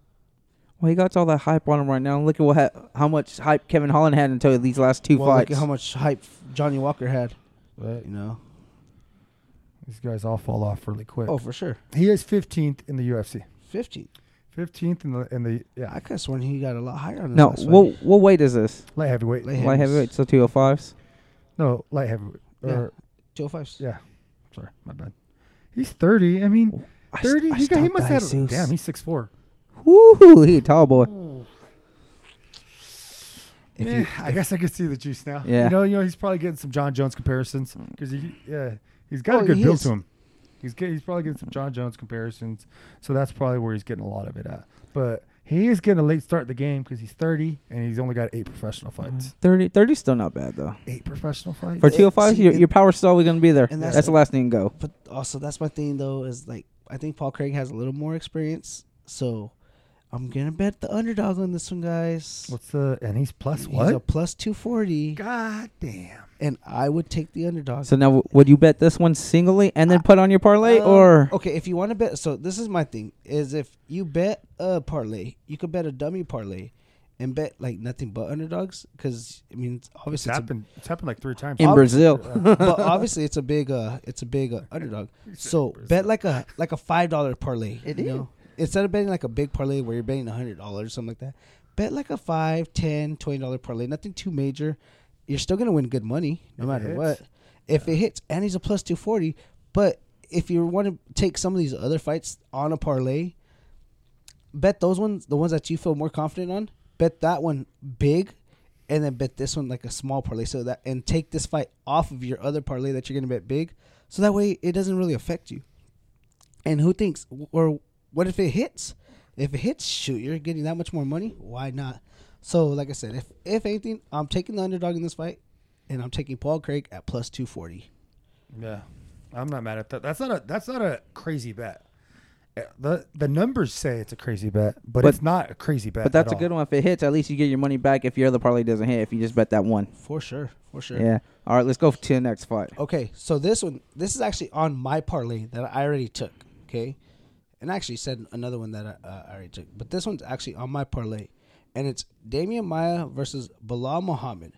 [SPEAKER 2] well, he got all that hype on him right now. Look at what ha- how much hype Kevin Holland had until these last two
[SPEAKER 4] Well, look
[SPEAKER 2] fights.
[SPEAKER 4] at how much hype Johnny Walker had.
[SPEAKER 3] What?
[SPEAKER 4] You know.
[SPEAKER 3] These guys all fall off really quick.
[SPEAKER 4] Oh, for sure.
[SPEAKER 3] He is 15th in the UFC.
[SPEAKER 4] Fifteen.
[SPEAKER 3] 15th in the in the yeah
[SPEAKER 4] I could have sworn he got a lot higher on his
[SPEAKER 2] no,
[SPEAKER 4] last fight.
[SPEAKER 2] what what weight is this?
[SPEAKER 3] light heavyweight.
[SPEAKER 4] Light
[SPEAKER 2] Light heavyweight, so two hundred fives.
[SPEAKER 3] No, light heavyweight.
[SPEAKER 4] Yeah.
[SPEAKER 3] Or,
[SPEAKER 4] 205s.
[SPEAKER 3] yeah. Sorry, my bad. He's 30. I
[SPEAKER 4] Oh,
[SPEAKER 3] mean, 30. he, got- he must have. had- Damn, he's 6'4".
[SPEAKER 2] Woo, he a tall boy.
[SPEAKER 4] If
[SPEAKER 3] Eh,
[SPEAKER 4] you-
[SPEAKER 3] I guess I can see the juice now.
[SPEAKER 2] Yeah.
[SPEAKER 3] You know, you know, he's probably getting some John Jones comparisons because he, yeah, he's got
[SPEAKER 4] Mm. Oh,
[SPEAKER 3] a good
[SPEAKER 4] he
[SPEAKER 3] build
[SPEAKER 4] is.
[SPEAKER 3] to him. He's get, he's probably getting some John Jones comparisons, so that's probably where he's getting a lot of it at. But he is getting a late start to the game because he's 30 and he's only got eight professional fights.
[SPEAKER 4] Mm-hmm.
[SPEAKER 2] 30 30 is still not bad though.
[SPEAKER 3] Eight professional fights.
[SPEAKER 2] For
[SPEAKER 4] It-
[SPEAKER 2] two hundred fives,
[SPEAKER 4] see,
[SPEAKER 2] your
[SPEAKER 4] it-
[SPEAKER 2] your power's still always gonna be there.
[SPEAKER 4] And
[SPEAKER 2] that's,
[SPEAKER 4] that's
[SPEAKER 2] the
[SPEAKER 4] the-
[SPEAKER 2] last thing you can go.
[SPEAKER 4] But also, that's my thing though. Is like I think Paul Craig has a little more experience, so I'm gonna bet the underdog on this one, guys.
[SPEAKER 3] What's the and he's plus
[SPEAKER 4] He's
[SPEAKER 3] what?
[SPEAKER 4] a plus two forty,
[SPEAKER 3] God damn.
[SPEAKER 4] and I would take the underdog.
[SPEAKER 2] So now, w- would you bet this one singly and then put on your parlay,
[SPEAKER 4] Um,
[SPEAKER 2] or
[SPEAKER 4] okay, if you want to bet, so this is my thing: is if you bet a parlay, you could bet a dummy parlay, and bet like nothing but underdogs. Because I mean, it's-
[SPEAKER 3] It's
[SPEAKER 4] obviously, it's a-
[SPEAKER 3] happened. It's happened like three times.
[SPEAKER 2] in Brazil?
[SPEAKER 4] but obviously, it's a big, uh, it's a big uh, underdog. So bet like a like a five dollar parlay. It Instead of betting like a big parlay where you're betting a hundred dollars, something like that, bet like a five, ten, twenty dollar parlay. Nothing too major. You're still gonna win good money
[SPEAKER 3] If
[SPEAKER 4] no
[SPEAKER 3] it
[SPEAKER 4] matter
[SPEAKER 3] hits.
[SPEAKER 4] what. If it hits, and he's a plus two forty. But if you want to take some of these other fights on a parlay, bet those ones, the ones that you feel more confident on, bet that one big, and then bet this one like a small parlay. So that and take this fight off of your other parlay that you're gonna bet big, so that way it doesn't really affect you. And who thinks or what if it hits? If it hits, shoot, you're getting that much more money. Why not? So like I said, if if anything, I'm taking the underdog in this fight, and I'm taking Paul Craig at plus two forty.
[SPEAKER 3] Yeah, I'm not mad at that. That's not a that's not a crazy bet. Uh, The the numbers say it's a crazy bet, but,
[SPEAKER 2] But-
[SPEAKER 3] it's not a crazy bet.
[SPEAKER 2] But that's
[SPEAKER 3] at
[SPEAKER 2] a good
[SPEAKER 3] all.
[SPEAKER 2] one. If it hits, at least you get your money back. If your other parlay doesn't hit, if you just bet that one,
[SPEAKER 4] For sure, for sure.
[SPEAKER 2] yeah. All right, let's go to the next fight.
[SPEAKER 4] Okay, so this one, this is actually on my parlay that I already took. Okay, and I actually said another one that I, uh, I already took, but this one's actually on my parlay, and it's Damian Maya versus Bilal Muhammad.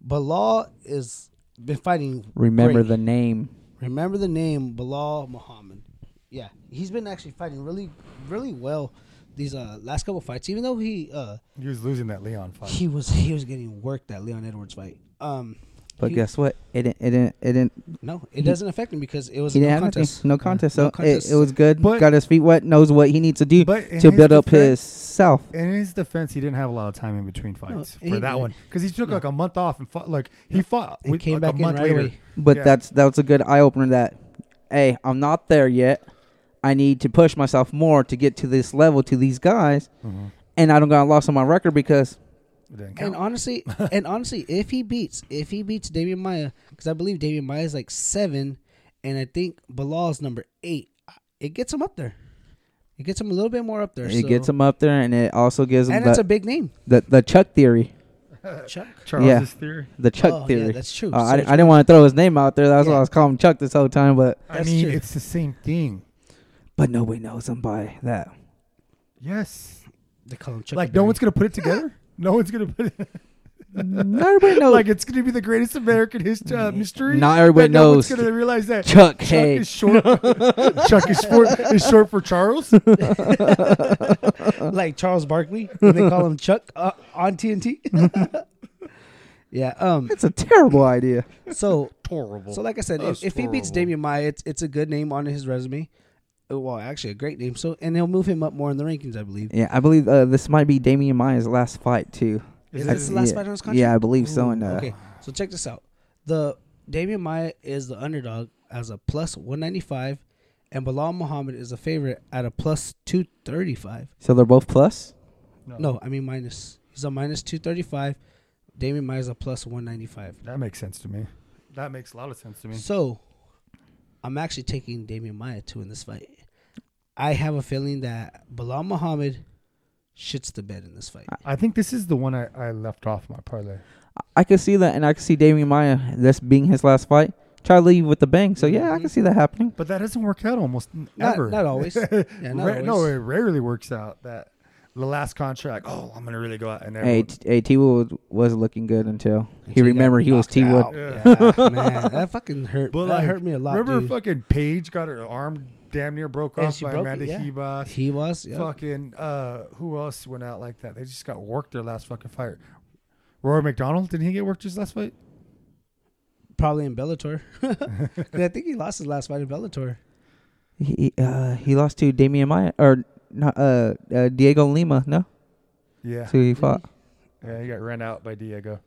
[SPEAKER 4] Bilal is been fighting.
[SPEAKER 2] Remember
[SPEAKER 4] great.
[SPEAKER 2] the name.
[SPEAKER 4] Remember the name Bilal Muhammad. Yeah, he's been actually fighting really, really well these uh, last couple fights. Even though he uh,
[SPEAKER 3] He was losing that Leon fight.
[SPEAKER 4] he was he was getting worked that Leon Edwards fight. Um,
[SPEAKER 2] But
[SPEAKER 4] he-
[SPEAKER 2] guess what? It didn't. It didn't. It didn't.
[SPEAKER 4] no, it doesn't affect him because it was
[SPEAKER 2] He
[SPEAKER 4] a
[SPEAKER 2] didn't
[SPEAKER 4] no
[SPEAKER 2] have
[SPEAKER 4] contest.
[SPEAKER 2] nothing. No contest. So
[SPEAKER 4] No contest.
[SPEAKER 2] It, it was good.
[SPEAKER 3] But-
[SPEAKER 2] Got his feet wet. Knows what he needs to do
[SPEAKER 3] But in
[SPEAKER 2] to
[SPEAKER 3] his
[SPEAKER 2] build up his
[SPEAKER 3] defense-
[SPEAKER 2] self.
[SPEAKER 3] In his defense, he didn't have a lot of time in between fights
[SPEAKER 4] he
[SPEAKER 3] for that
[SPEAKER 4] didn't.
[SPEAKER 3] one because he took like a month off and fought. Like he fought.
[SPEAKER 4] And
[SPEAKER 3] with-
[SPEAKER 4] came
[SPEAKER 3] like,
[SPEAKER 4] back
[SPEAKER 3] a
[SPEAKER 4] in
[SPEAKER 3] month
[SPEAKER 4] right
[SPEAKER 3] later.
[SPEAKER 4] away.
[SPEAKER 2] But
[SPEAKER 3] Yeah.
[SPEAKER 2] that's that was a good eye opener. That hey, I'm not there yet. I need to push
[SPEAKER 4] Mm-hmm.
[SPEAKER 2] myself more to get to this level to these guys, and I don't got a loss on my record because
[SPEAKER 3] It doesn't
[SPEAKER 4] And
[SPEAKER 3] count.
[SPEAKER 4] honestly, and honestly, if he beats, if he beats Damian Maya, because I believe Damian Maya is like seven, and I think Bilal is number eight. It gets him up there. It gets him a little bit more up there.
[SPEAKER 2] It
[SPEAKER 4] so-
[SPEAKER 2] gets him up there, and it also gives him
[SPEAKER 4] and it's a
[SPEAKER 2] the,
[SPEAKER 4] big name.
[SPEAKER 2] the the Chuck theory,
[SPEAKER 4] Chuck.
[SPEAKER 3] Charles's
[SPEAKER 2] yeah.
[SPEAKER 3] theory.
[SPEAKER 2] the Chuck
[SPEAKER 4] Oh, yeah,
[SPEAKER 2] theory.
[SPEAKER 4] that's true.
[SPEAKER 2] Uh, I,
[SPEAKER 4] So
[SPEAKER 2] di- I
[SPEAKER 4] true.
[SPEAKER 2] didn't want to throw his name out there. That's why I
[SPEAKER 4] Yeah.
[SPEAKER 2] was calling him Chuck this whole time, but
[SPEAKER 3] I
[SPEAKER 4] That's
[SPEAKER 3] mean,
[SPEAKER 4] true.
[SPEAKER 3] it's the same thing.
[SPEAKER 2] but nobody knows him by that.
[SPEAKER 3] Yes.
[SPEAKER 4] They call him Chuck.
[SPEAKER 3] Like no one's gonna put it together. No one's gonna put it.
[SPEAKER 2] Not everybody knows.
[SPEAKER 3] like it's gonna be the greatest American history uh, mystery.
[SPEAKER 2] Not everybody
[SPEAKER 3] that no one's
[SPEAKER 2] knows
[SPEAKER 3] gonna realize that
[SPEAKER 2] Chuck
[SPEAKER 3] Chuck
[SPEAKER 2] Hay.
[SPEAKER 3] is short. Chuck is short. Is short for Charles.
[SPEAKER 4] like Charles Barkley. and they call him Chuck uh, on TNT. yeah. Um.
[SPEAKER 2] It's a terrible idea.
[SPEAKER 4] So
[SPEAKER 3] Horrible.
[SPEAKER 4] So, like I said, if,
[SPEAKER 3] That's
[SPEAKER 4] if he beats
[SPEAKER 3] horrible.
[SPEAKER 4] Damian Maya, it's it's a good name on his resume. Uh, Well, actually, a great name. So, and he'll move him up more in the rankings, I believe.
[SPEAKER 2] Yeah, I believe uh, this might be Damian Maya's last fight too.
[SPEAKER 3] Is
[SPEAKER 4] That's
[SPEAKER 3] it-
[SPEAKER 4] the last
[SPEAKER 2] yeah.
[SPEAKER 4] fight on his contract.
[SPEAKER 2] Yeah, I believe so.
[SPEAKER 4] Ooh,
[SPEAKER 2] And uh,
[SPEAKER 4] okay, so check this out: the Damian Maya is the underdog as a plus one ninety five, and Bilal Muhammad is a favorite at a plus two thirty five.
[SPEAKER 2] so they're both plus.
[SPEAKER 4] No, I mean minus. He's a minus two thirty five. Damian Maya is a plus one ninety five.
[SPEAKER 3] that makes sense to me. That makes a lot of sense to me.
[SPEAKER 4] So, I'm actually taking Damian Maya too in this fight. I have a feeling that Bilal Muhammad shits the bed in this fight.
[SPEAKER 3] I think this is the one I, I left off my parlay.
[SPEAKER 2] I could see that, and I could see Damian Maya this being his last fight. Try to leave with the bang. So
[SPEAKER 4] Mm-hmm.
[SPEAKER 2] yeah, I can see that happening.
[SPEAKER 3] But that doesn't work out almost n-
[SPEAKER 4] Not,
[SPEAKER 3] ever.
[SPEAKER 4] not always. Yeah, not
[SPEAKER 3] Ra- No,
[SPEAKER 4] always.
[SPEAKER 3] it rarely works out. That the last contract. Oh, I'm gonna really go out and
[SPEAKER 2] Hey,
[SPEAKER 3] everyone-
[SPEAKER 2] t- hey, T was was looking good until he
[SPEAKER 4] Until got
[SPEAKER 2] remembered he was
[SPEAKER 4] knocked
[SPEAKER 2] T
[SPEAKER 4] out.
[SPEAKER 2] Wood.
[SPEAKER 4] Yeah, man, that fucking hurt.
[SPEAKER 3] But
[SPEAKER 4] that
[SPEAKER 3] like,
[SPEAKER 4] hurt me a lot,
[SPEAKER 3] Remember,
[SPEAKER 4] dude.
[SPEAKER 3] fucking Paige got her arm damn near broke
[SPEAKER 4] Yeah,
[SPEAKER 3] off
[SPEAKER 4] she
[SPEAKER 3] by
[SPEAKER 4] broke it,
[SPEAKER 3] Amanda
[SPEAKER 4] yeah.
[SPEAKER 3] Hebus.
[SPEAKER 4] he was. Yeah.
[SPEAKER 3] Fucking uh, who else went out like that? They just got worked their last fucking fight. Rory McDonald didn't he get worked his last fight?
[SPEAKER 4] Probably in Bellator. 'Cause I think he lost his last fight in Bellator.
[SPEAKER 2] He uh, he lost to Damian Maya or not, uh, uh Diego Lima. No,
[SPEAKER 3] Yeah,
[SPEAKER 2] so he fought.
[SPEAKER 3] yeah, he got ran out by Diego.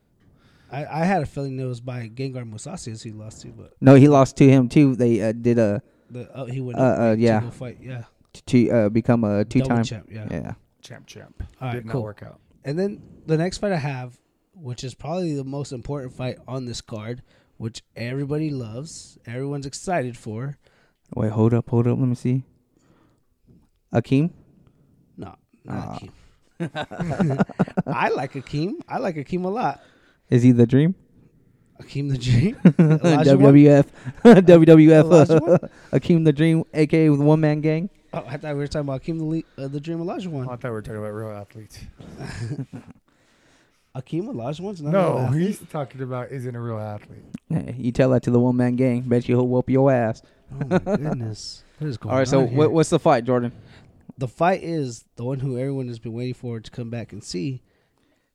[SPEAKER 4] I, I had a feeling it was by Gengar Musasi he lost to, but
[SPEAKER 2] No, he lost to him too. They uh, did a
[SPEAKER 4] the, oh, he went
[SPEAKER 2] Uh,
[SPEAKER 4] up
[SPEAKER 2] uh,
[SPEAKER 4] to
[SPEAKER 2] yeah.
[SPEAKER 4] go fight. Yeah.
[SPEAKER 2] to uh, become a two
[SPEAKER 4] Double
[SPEAKER 2] time.
[SPEAKER 4] champ, yeah.
[SPEAKER 2] yeah.
[SPEAKER 3] Champ, champ.
[SPEAKER 4] All right,
[SPEAKER 3] Did not
[SPEAKER 4] cool.
[SPEAKER 3] work out.
[SPEAKER 4] And then the next fight I have, which is probably the most important fight on this card, which everybody loves, everyone's excited for.
[SPEAKER 2] Wait, hold up, hold up. Let me see. Akeem?
[SPEAKER 4] No, not Akeem. I like Akeem. I like Akeem a lot.
[SPEAKER 2] Is he the dream?
[SPEAKER 4] Akeem the Dream.
[SPEAKER 2] WWF. WWF.
[SPEAKER 4] Olajuwon?
[SPEAKER 2] Akeem the dream, aka the one man gang.
[SPEAKER 4] Oh, I thought we were talking about Akeem the, Le- uh, the Dream Olajuwon.
[SPEAKER 3] I thought we were talking about real athletes.
[SPEAKER 4] Akeem Olajuwon's not
[SPEAKER 3] No,
[SPEAKER 4] an athlete.
[SPEAKER 3] he's talking about isn't a real athlete.
[SPEAKER 2] Hey, You tell that to the one man gang. Bet you he'll whoop your ass.
[SPEAKER 4] Oh my goodness. What is going
[SPEAKER 2] All right, so
[SPEAKER 4] on here?
[SPEAKER 2] what, what's the fight, Jordan?
[SPEAKER 4] the fight is the one who everyone has been waiting for to come back and see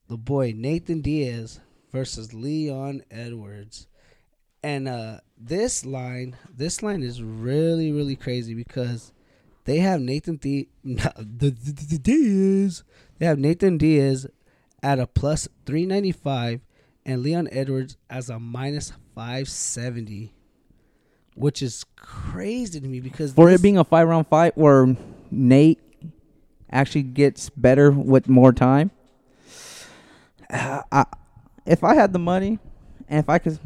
[SPEAKER 4] the boy Nathan Diaz versus Leon Edwards. And uh, this line, this line is really, really crazy because they have Nathan D- the, the, the Diaz. They have Nathan Diaz at a plus three ninety five, and Leon Edwards as a minus five seventy, which is crazy to me because
[SPEAKER 2] For
[SPEAKER 4] this-
[SPEAKER 2] it being a five round fight where Nate actually gets better with more time, uh, I, if I had the money and if I could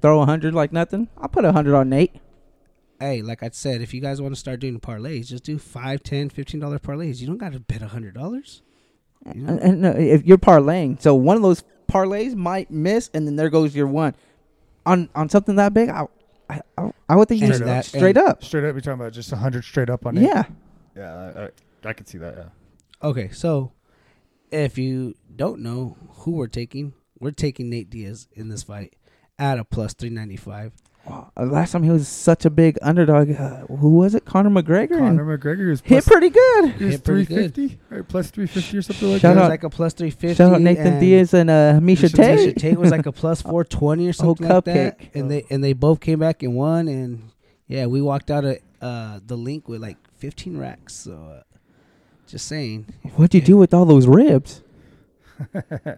[SPEAKER 2] throw a 100 like nothing, I'll put a 100 on Nate.
[SPEAKER 4] hey, like I said, if you guys want to start doing parlays, just do five, ten, fifteen dollar parlays. You don't got to bet a hundred dollars. You know?
[SPEAKER 2] And, and no, if you're parlaying, so one of those parlays might miss, and then there goes your one. On on something that big, I I, I, I would think
[SPEAKER 4] And
[SPEAKER 2] you should
[SPEAKER 4] that-
[SPEAKER 2] straight
[SPEAKER 4] and-
[SPEAKER 2] up.
[SPEAKER 3] Straight up, you're talking about just hundred straight up on it.
[SPEAKER 2] Yeah,
[SPEAKER 3] yeah, I, I, I could see that. Yeah.
[SPEAKER 4] Okay, so if you don't know who we're taking, we're taking Nate Diaz in this fight at a plus three ninety five.
[SPEAKER 2] Wow, uh, last time he was such a big underdog. Uh, who was it? Conor McGregor. and
[SPEAKER 3] Conor McGregor is
[SPEAKER 2] hit pretty good.
[SPEAKER 3] He was
[SPEAKER 4] Hit pretty
[SPEAKER 3] 350, right? Plus 350 or something
[SPEAKER 2] Shout
[SPEAKER 3] like that.
[SPEAKER 4] Shout was
[SPEAKER 2] out-
[SPEAKER 4] like a plus three fifty.
[SPEAKER 2] Shout out Nathan Diaz and uh, Misha
[SPEAKER 4] Misha Tate.
[SPEAKER 2] Tate.
[SPEAKER 4] was like a plus four twenty or something like that.
[SPEAKER 2] cupcake.
[SPEAKER 4] And they and they both came back and won. And yeah, we walked out of uh, the link with like fifteen racks. So uh, just saying,
[SPEAKER 2] What'd you do with all those ribs?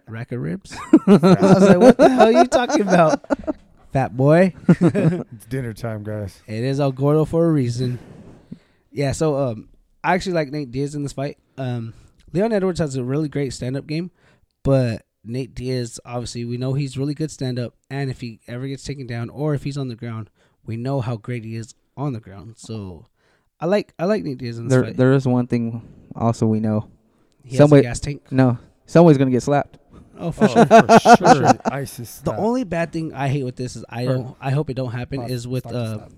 [SPEAKER 4] rack of ribs. I was like, what the hell are you talking about? Fat boy.
[SPEAKER 3] It's dinner time, guys.
[SPEAKER 4] It is El Gordo for a reason. Yeah, so um I actually like Nate Diaz in this fight. Um Leon Edwards has a really great stand up game, But Nate Diaz, obviously, we know he's really good stand up, and if he ever gets taken down or if he's on the ground, we know how great he is on the ground. So I like I like Nate Diaz in this
[SPEAKER 2] There,
[SPEAKER 4] fight.
[SPEAKER 2] there is one thing also we know.
[SPEAKER 4] he has
[SPEAKER 2] somebody-
[SPEAKER 4] a gas tank.
[SPEAKER 2] No, someone's gonna get slapped.
[SPEAKER 4] Oh, for
[SPEAKER 3] Oh,
[SPEAKER 4] sure.
[SPEAKER 3] for sure. ISIS.
[SPEAKER 4] The
[SPEAKER 3] uh,
[SPEAKER 4] only bad thing I hate with this is I
[SPEAKER 3] Or-
[SPEAKER 4] don't. I hope it don't happen.
[SPEAKER 3] Stop,
[SPEAKER 4] Is with
[SPEAKER 3] stop,
[SPEAKER 4] uh,
[SPEAKER 3] stop.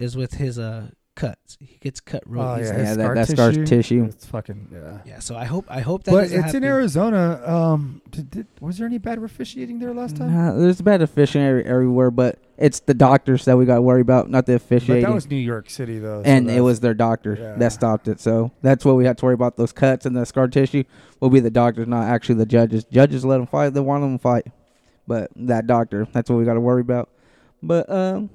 [SPEAKER 4] is with his uh cuts. He gets cut real
[SPEAKER 3] Oh,
[SPEAKER 4] easily.
[SPEAKER 3] Yeah,
[SPEAKER 4] Yeah.
[SPEAKER 2] Yeah, that,
[SPEAKER 3] scar
[SPEAKER 2] that scar's
[SPEAKER 3] tissue.
[SPEAKER 2] tissue.
[SPEAKER 3] It's fucking yeah.
[SPEAKER 4] So I hope I hope that.
[SPEAKER 3] But it's
[SPEAKER 4] doesn't
[SPEAKER 3] in
[SPEAKER 4] happen.
[SPEAKER 3] Arizona. Um, did, did, was there any bad officiating there last time?
[SPEAKER 2] Nah, there's bad officiating every, everywhere, but it's the doctors that we got to worry about, not the
[SPEAKER 3] But
[SPEAKER 2] officiating.
[SPEAKER 3] that was New York City though. so
[SPEAKER 2] and it
[SPEAKER 3] that's-
[SPEAKER 2] was their doctor
[SPEAKER 3] Yeah.
[SPEAKER 2] that stopped it. So that's what we had to worry about. Those cuts and the scar tissue will be the doctors, not actually the judges. Judges let them fight. They want them to fight, but that doctor. That's what we got to worry about. But um,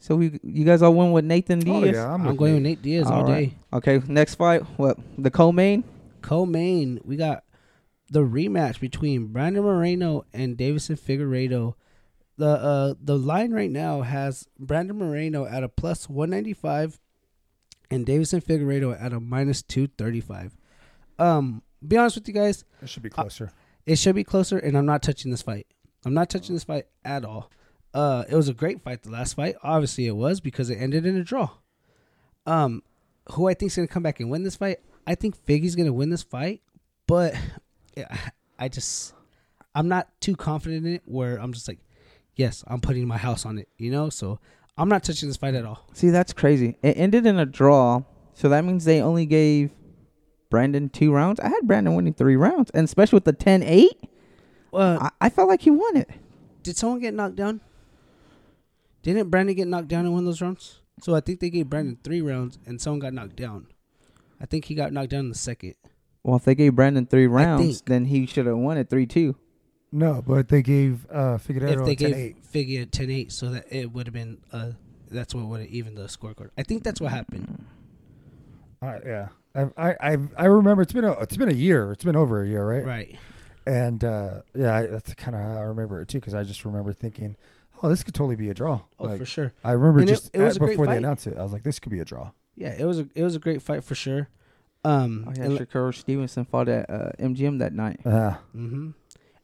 [SPEAKER 2] so we you guys all went with Nathan
[SPEAKER 3] Oh
[SPEAKER 2] Diaz.
[SPEAKER 3] yeah, I'm,
[SPEAKER 4] I'm
[SPEAKER 3] with
[SPEAKER 4] going with
[SPEAKER 3] you.
[SPEAKER 4] Nate Diaz all,
[SPEAKER 2] All right.
[SPEAKER 4] day.
[SPEAKER 2] Okay, next fight. What the co-main?
[SPEAKER 4] Co-main, we got the rematch between Brandon Moreno and Davison Figueredo. The uh the line right now has Brandon Moreno at a plus one ninety five, and Davison Figueredo at a minus two thirty five. Um, be honest with you guys,
[SPEAKER 3] It should be closer.
[SPEAKER 4] it should be closer and i'm not touching this fight i'm not touching this fight at all uh it was a great fight the last fight obviously it was because it ended in a draw um who i think's gonna come back and win this fight i think figgy's gonna win this fight but yeah, i just i'm not too confident in it where i'm just like yes i'm putting my house on it you know so i'm not touching this fight at all
[SPEAKER 2] See, that's crazy. It ended in a draw, so that means they only gave Brandon two rounds. I had Brandon winning three rounds, and especially with the 10-8,
[SPEAKER 4] uh,
[SPEAKER 2] I, I felt like he won it.
[SPEAKER 4] did someone get knocked down didn't brandon get knocked down in one of those rounds so i think they gave brandon three rounds and someone got knocked down i think he got knocked down in the second
[SPEAKER 2] Well, if they gave Brandon three rounds,
[SPEAKER 4] think-
[SPEAKER 2] then he should have won it three two.
[SPEAKER 3] No, but they gave uh, Figueroa
[SPEAKER 4] if they gave
[SPEAKER 3] 10-8.
[SPEAKER 4] figgy a 10-8 so that it would have been uh that's what would have even the scorecard i think that's what happened
[SPEAKER 3] Uh, yeah, I, I I I remember it's been a it's been a year. It's been over a year, right?
[SPEAKER 4] right
[SPEAKER 3] And uh, yeah, I, that's kind of how I remember it too, because I just remember thinking, oh, this could totally be a draw.
[SPEAKER 4] oh
[SPEAKER 3] Like,
[SPEAKER 4] for sure
[SPEAKER 3] I remember
[SPEAKER 4] And it-
[SPEAKER 3] just
[SPEAKER 4] it was
[SPEAKER 3] at-
[SPEAKER 4] a great
[SPEAKER 3] before they
[SPEAKER 4] fight.
[SPEAKER 3] announced it, I was like, this could be a draw.
[SPEAKER 4] yeah it was a it was a great fight for sure um
[SPEAKER 2] Oh yeah,
[SPEAKER 4] and-
[SPEAKER 2] Shakur Stevenson fought at uh, MGM that night.
[SPEAKER 3] Uh,
[SPEAKER 4] Mm-hmm.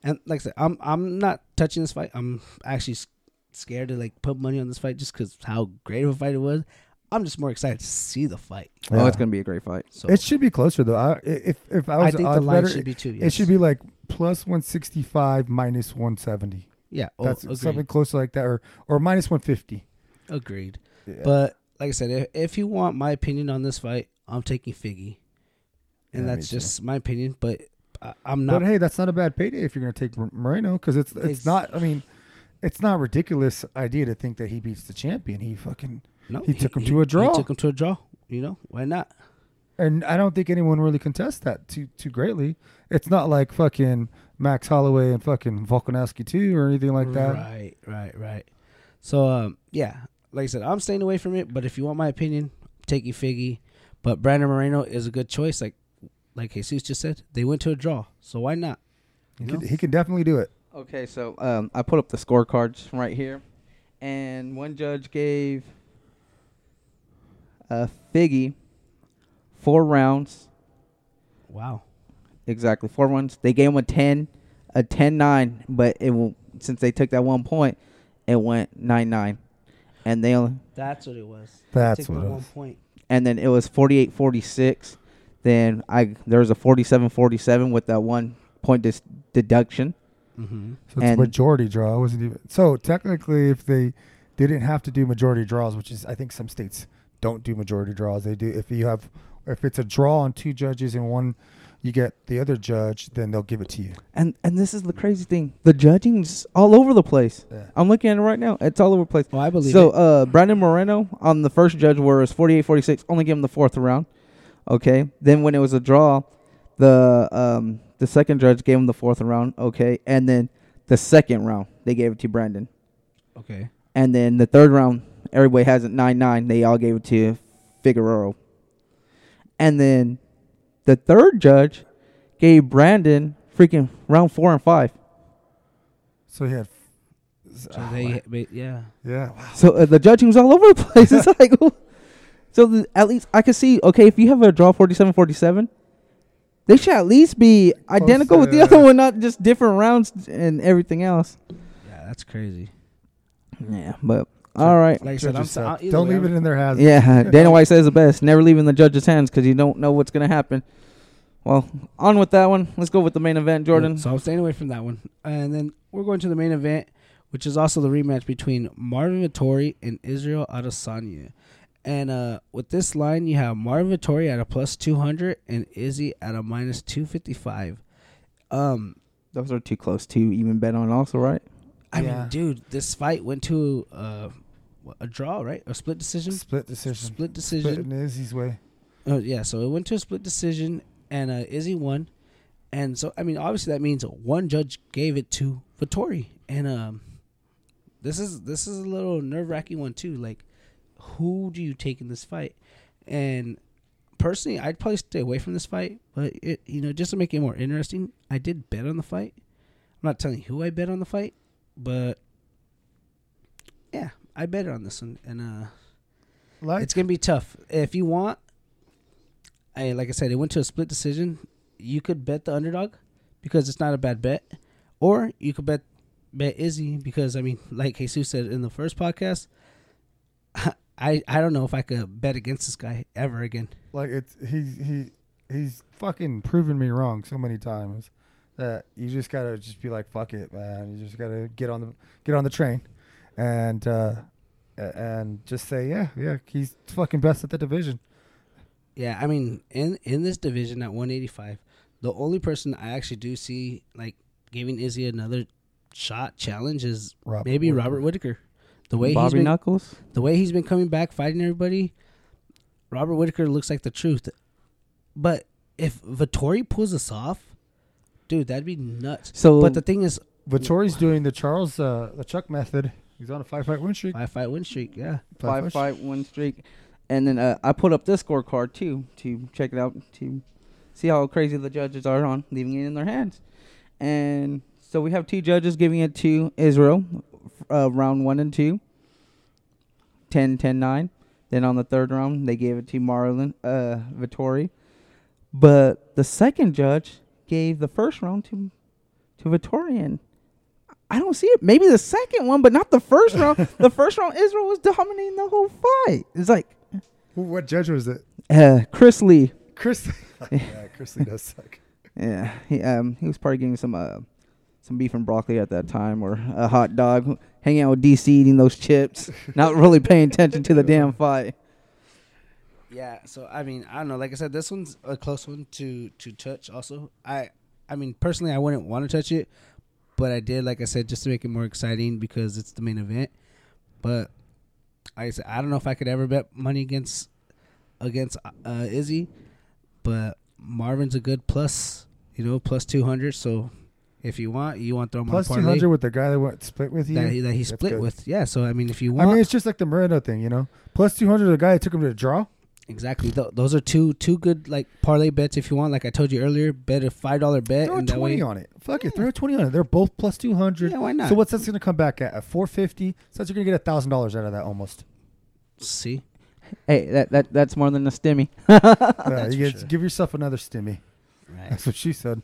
[SPEAKER 4] And like I said, I'm I'm not touching this fight. I'm actually s- scared to like put money on this fight just because how great of a fight it was. I'm just more excited to see the fight.
[SPEAKER 2] Oh,
[SPEAKER 3] yeah.
[SPEAKER 2] it's gonna be a great fight.
[SPEAKER 4] So
[SPEAKER 3] It should be closer though. I, if if I
[SPEAKER 4] I
[SPEAKER 3] was
[SPEAKER 4] think
[SPEAKER 3] an
[SPEAKER 4] the
[SPEAKER 3] odds
[SPEAKER 4] line
[SPEAKER 3] better,
[SPEAKER 4] should be two.
[SPEAKER 3] it
[SPEAKER 4] yes.
[SPEAKER 3] should be like plus one sixty five minus one seventy.
[SPEAKER 4] yeah. Oh,
[SPEAKER 3] That's
[SPEAKER 4] agreed.
[SPEAKER 3] something closer like that, or or minus one fifty.
[SPEAKER 4] Agreed. But like I said, if, if you want my opinion on this fight, I'm taking Figgy, and
[SPEAKER 3] Yeah, me
[SPEAKER 4] that's
[SPEAKER 3] too.
[SPEAKER 4] just my opinion. But I, I'm
[SPEAKER 3] But
[SPEAKER 4] not.
[SPEAKER 3] hey, that's not a bad payday if you're going to take Mor- Moreno because it's it's
[SPEAKER 4] Ex-
[SPEAKER 3] not. I mean, it's not a ridiculous idea to think that he beats the champion. He fucking
[SPEAKER 4] no,
[SPEAKER 3] he took him to a draw.
[SPEAKER 4] He took him to a draw. You know why not?
[SPEAKER 3] and I don't think anyone really contests that too too greatly. It's not like fucking Max Holloway and fucking Volkanovski too or anything like that.
[SPEAKER 4] Right, right, right. So um, yeah, like I said, I'm staying away from it. But if you want my opinion, take you Figgy. But Brandon Moreno is a good choice. Like like Jesus just said, they went to a draw, so why not?
[SPEAKER 3] He,
[SPEAKER 4] You
[SPEAKER 3] could,
[SPEAKER 4] know?
[SPEAKER 3] he could definitely do it.
[SPEAKER 2] Okay, so um, I put up the scorecards right here, and one judge gave uh, Figgy four rounds
[SPEAKER 4] Wow.
[SPEAKER 2] exactly four rounds. They gave him a ten, a 10-9, but it will, since they took that one point, it went nine nine, and they only
[SPEAKER 4] That's what it was.
[SPEAKER 3] That's
[SPEAKER 4] Take
[SPEAKER 3] what
[SPEAKER 4] my
[SPEAKER 3] it
[SPEAKER 4] one
[SPEAKER 3] was.
[SPEAKER 4] point.
[SPEAKER 2] and then it was 48 46 then i there was a 47 47 with that one point dis- deduction
[SPEAKER 4] Mm-hmm.
[SPEAKER 3] So it's
[SPEAKER 2] And-
[SPEAKER 3] a majority draw. It wasn't even so technically if they didn't have to do majority draws, which is I think some states don't do majority draws. They do if you have if it's a draw on two judges and one you get the other judge, then they'll give it to you.
[SPEAKER 2] and and this is the crazy thing the judging's all over the place
[SPEAKER 3] Yeah.
[SPEAKER 2] i'm looking at it right now it's all over the place
[SPEAKER 4] Well, I believe
[SPEAKER 2] so
[SPEAKER 4] it.
[SPEAKER 2] uh brandon moreno on the first judge where it was 48 46 only gave him the fourth round okay then when it was a draw the um the second judge gave him the fourth round okay and then the second round they gave it to brandon
[SPEAKER 4] Okay.
[SPEAKER 2] And then the third round, everybody has it 9 9. They all gave it to Figueroa. And then the third judge gave Brandon freaking round four and five.
[SPEAKER 3] So he had
[SPEAKER 4] So they, but yeah.
[SPEAKER 3] yeah. Wow.
[SPEAKER 2] So uh, the judging was all over the place. It's like, so the, at least I could see, okay, if you have a draw 47 47, They should at least be identical with the
[SPEAKER 3] to-
[SPEAKER 2] other one, not just different rounds and everything else.
[SPEAKER 5] Yeah, that's crazy.
[SPEAKER 2] Yeah, but all right.
[SPEAKER 5] Like I
[SPEAKER 3] Judge
[SPEAKER 5] said, I'm,
[SPEAKER 4] uh,
[SPEAKER 3] yourself.
[SPEAKER 5] i
[SPEAKER 3] Don't leave it in their hands.
[SPEAKER 2] Yeah, Dana White says the best. Never leave it in the judge's hands because you don't know what's gonna happen. Well, on with that one. Let's go with the main event, Jordan.
[SPEAKER 5] So
[SPEAKER 4] So I'm staying away from that one. And then we're going to the main event, which is also the rematch between Marvin Vittori and Israel Adesanya. And uh, with this line, you have Marvin Vittori at a plus 200 and Izzy at a minus 255. Um,
[SPEAKER 2] Those are too close to even bet on, also, right?
[SPEAKER 4] I
[SPEAKER 3] Yeah.
[SPEAKER 4] mean, dude, this fight went to uh, what, a draw, right? A split decision?
[SPEAKER 3] Split decision.
[SPEAKER 4] Split
[SPEAKER 3] Split in
[SPEAKER 4] decision.
[SPEAKER 3] Izzy's way.
[SPEAKER 4] Oh yeah, so it went to a split decision, and uh, Izzy won, and so I mean, obviously that means one judge gave it to Vittori, and um, this is this is a little nerve wracking one too. Like, who do you take in this fight? And personally, I'd probably stay away from this fight, but it, you know, just to make it more interesting, I did bet on the fight. I'm not telling you who I bet on the fight, but yeah, I bet on this one, and uh
[SPEAKER 3] Like,
[SPEAKER 4] it's gonna be tough. If you want, I like I said, it went to a split decision. You could bet the underdog because it's not a bad bet, or you could bet bet Izzy because I mean, like Jesus said in the first podcast, I I don't know if I could bet against this guy ever again.
[SPEAKER 3] like it's he's he he's fucking proven me wrong so many times that you just gotta just be like fuck it man you just gotta get on the get on the train and uh a- and just say yeah yeah he's fucking best at the division
[SPEAKER 4] Yeah, I mean, in in this division at 185, the only person I actually do see like giving Izzy another shot challenge is
[SPEAKER 3] Robert
[SPEAKER 4] maybe
[SPEAKER 3] Whittaker.
[SPEAKER 4] Robert Whitaker. The way he's
[SPEAKER 2] Bobby
[SPEAKER 4] been
[SPEAKER 2] Knuckles.
[SPEAKER 4] the way he's been coming back fighting everybody, Robert Whitaker looks like the truth. But if Vittori pulls this off, dude, that'd be nuts.
[SPEAKER 2] So-
[SPEAKER 4] but the thing is,
[SPEAKER 3] Vittori's doing the Charles uh the Chuck method he's on a five fight win streak
[SPEAKER 4] five fight win streak. Yeah,
[SPEAKER 2] Five fight one streak, and then uh, I put up this scorecard too to check it out to see how crazy the judges are on leaving it in their hands. And so we have two judges giving it to Israel, uh, round one and two. 10 10 9. Then on the third round, they gave it to Marlon uh, Vittori. But the second judge gave the first round to to Vittorian. I don't see it. Maybe the second one, but not the first round. the first round, Israel was dominating the whole fight. It's like
[SPEAKER 3] Who- what judge was it
[SPEAKER 2] uh, Chris Lee.
[SPEAKER 3] Chris yeah Chris Lee does suck
[SPEAKER 2] Yeah, he um he was probably getting some uh some beef and broccoli at that time, or a hot dog, hanging out with DC eating those chips, not really paying attention to the damn fight.
[SPEAKER 4] yeah. So I mean, I don't know. Like I said, this one's a close one to to touch. Also, I I mean personally, I wouldn't want to touch it, but I did. Like I said, just to make it more exciting because it's the main event. But like I said, I don't know if I could ever bet money against against uh, Izzy, but Marvin's a good plus. You know, plus two hundred. So if you want, you want to throw him
[SPEAKER 3] plus
[SPEAKER 4] on a
[SPEAKER 3] two
[SPEAKER 4] parlay
[SPEAKER 3] hundred with the guy that went split with you
[SPEAKER 4] that he, that he
[SPEAKER 3] That's
[SPEAKER 4] split
[SPEAKER 3] good.
[SPEAKER 4] with. Yeah. So I mean, if you
[SPEAKER 3] I
[SPEAKER 4] want,
[SPEAKER 3] mean it's just like the Miranda thing you know plus two hundred the guy that took him to the draw
[SPEAKER 4] Exactly. Th- those are two two good like parlay bets if you want. Like I told you earlier, bet a five dollar bet
[SPEAKER 3] Throw a
[SPEAKER 4] and that
[SPEAKER 3] twenty
[SPEAKER 4] way.
[SPEAKER 3] on it. Fuck it, throw a twenty on it. They're both plus two hundred.
[SPEAKER 4] Yeah, why not?
[SPEAKER 3] So what's that's gonna come back at? At four fifty. So that's you're gonna get thousand dollars out of that almost.
[SPEAKER 4] See,
[SPEAKER 2] Hey, that that that's more than a stimmy.
[SPEAKER 3] Yeah, Uh, you
[SPEAKER 4] for
[SPEAKER 3] get-
[SPEAKER 4] sure.
[SPEAKER 3] Give yourself another stimmy.
[SPEAKER 4] right?
[SPEAKER 3] That's what she said.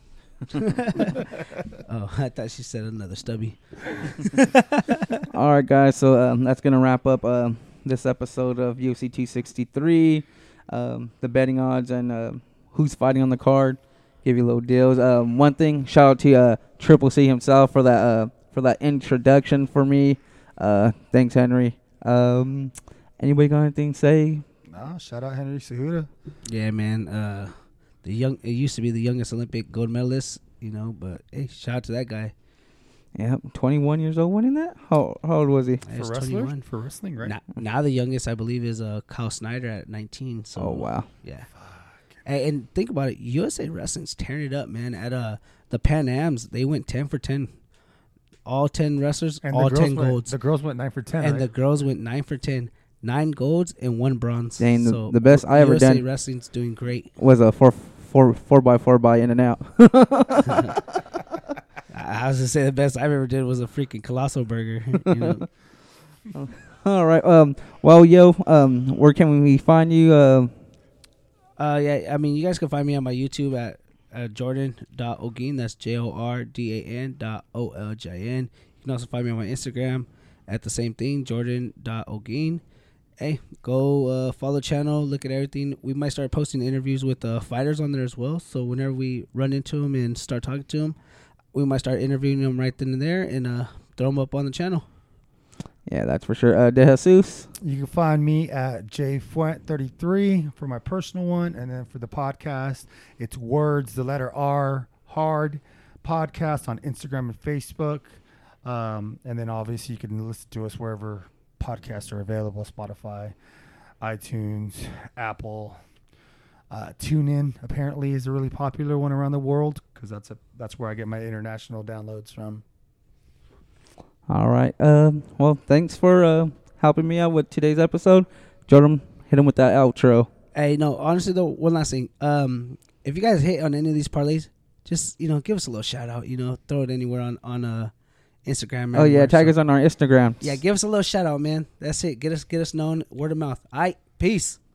[SPEAKER 4] oh, I thought she said another stubby.
[SPEAKER 2] All right, guys. So um, that's gonna wrap up um, this episode of UFC 263. Um, the betting odds and uh, who's fighting on the card. Give you little deals. Um, one thing. Shout out to uh, Triple C himself for that uh, for that introduction for me. Uh, thanks, Henry. Um, anybody got anything to say?
[SPEAKER 3] Nah, shout out Henry Cejudo.
[SPEAKER 4] Yeah, man. Uh, the young it used to be the youngest Olympic gold medalist, you know. But hey, shout out to that guy.
[SPEAKER 2] Yep, 21 years old winning that. How how old was he?
[SPEAKER 4] I was 21.
[SPEAKER 3] for wrestling, right?
[SPEAKER 4] Now, now the youngest I believe is uh Kyle Snyder at 19. So
[SPEAKER 2] Oh wow.
[SPEAKER 4] Yeah. And, and think about it, USA Wrestling's tearing it up, man. At uh the Pan Am's, they went ten for ten, all ten wrestlers,
[SPEAKER 3] And
[SPEAKER 4] all
[SPEAKER 3] the girls
[SPEAKER 4] ten
[SPEAKER 3] went,
[SPEAKER 4] golds,
[SPEAKER 3] The girls went nine for ten.
[SPEAKER 4] and the
[SPEAKER 3] right?
[SPEAKER 4] girls went nine for ten, nine golds and one bronze.
[SPEAKER 2] Dang, the- the best I ever
[SPEAKER 4] USA
[SPEAKER 2] done.
[SPEAKER 4] Wrestling's doing great.
[SPEAKER 2] Was a four four four by four by in and out.
[SPEAKER 4] I I was gonna say the best I've ever did was a freaking colossal burger. you know?
[SPEAKER 2] All right. Um. Well, yo. Um. Where can we find you? Uh,
[SPEAKER 4] uh, yeah, I mean, you guys can find me on my YouTube at uh, jordan.ogin. That's J O R D A N dot O L G I N. You can also find me on my Instagram at the same thing, jordan.ogin. Hey, go uh, follow the channel, look at everything. We might start posting interviews with uh, fighters on there as well. So whenever we run into them and start talking to them, we might start interviewing them right then and there and uh, throw them up on the channel.
[SPEAKER 2] Yeah, that's for sure. Uh, De Jesus.
[SPEAKER 3] You can find me at jfuent33 for my personal one, and then for the podcast, it's words, the letter R, hard podcast on Instagram and Facebook, um, and then obviously you can listen to us wherever podcasts are available: Spotify, iTunes, Apple. Uh, TuneIn apparently is a really popular one around the world because that's a that's where I get my international downloads from.
[SPEAKER 2] All right. Um. Well, thanks for uh, helping me out with today's episode, Jordan. Hit him with that outro.
[SPEAKER 4] Hey, no, honestly though, one last thing. Um, if you guys hit on any of these parlays, just you know, give us a little shout out. You know, throw it anywhere on on uh, Instagram.
[SPEAKER 2] Oh yeah,
[SPEAKER 4] everywhere.
[SPEAKER 2] tag
[SPEAKER 4] So-
[SPEAKER 2] us on our Instagram.
[SPEAKER 4] Yeah, give us a little shout out, man. That's it. Get us get us known. Word of mouth. All right, peace.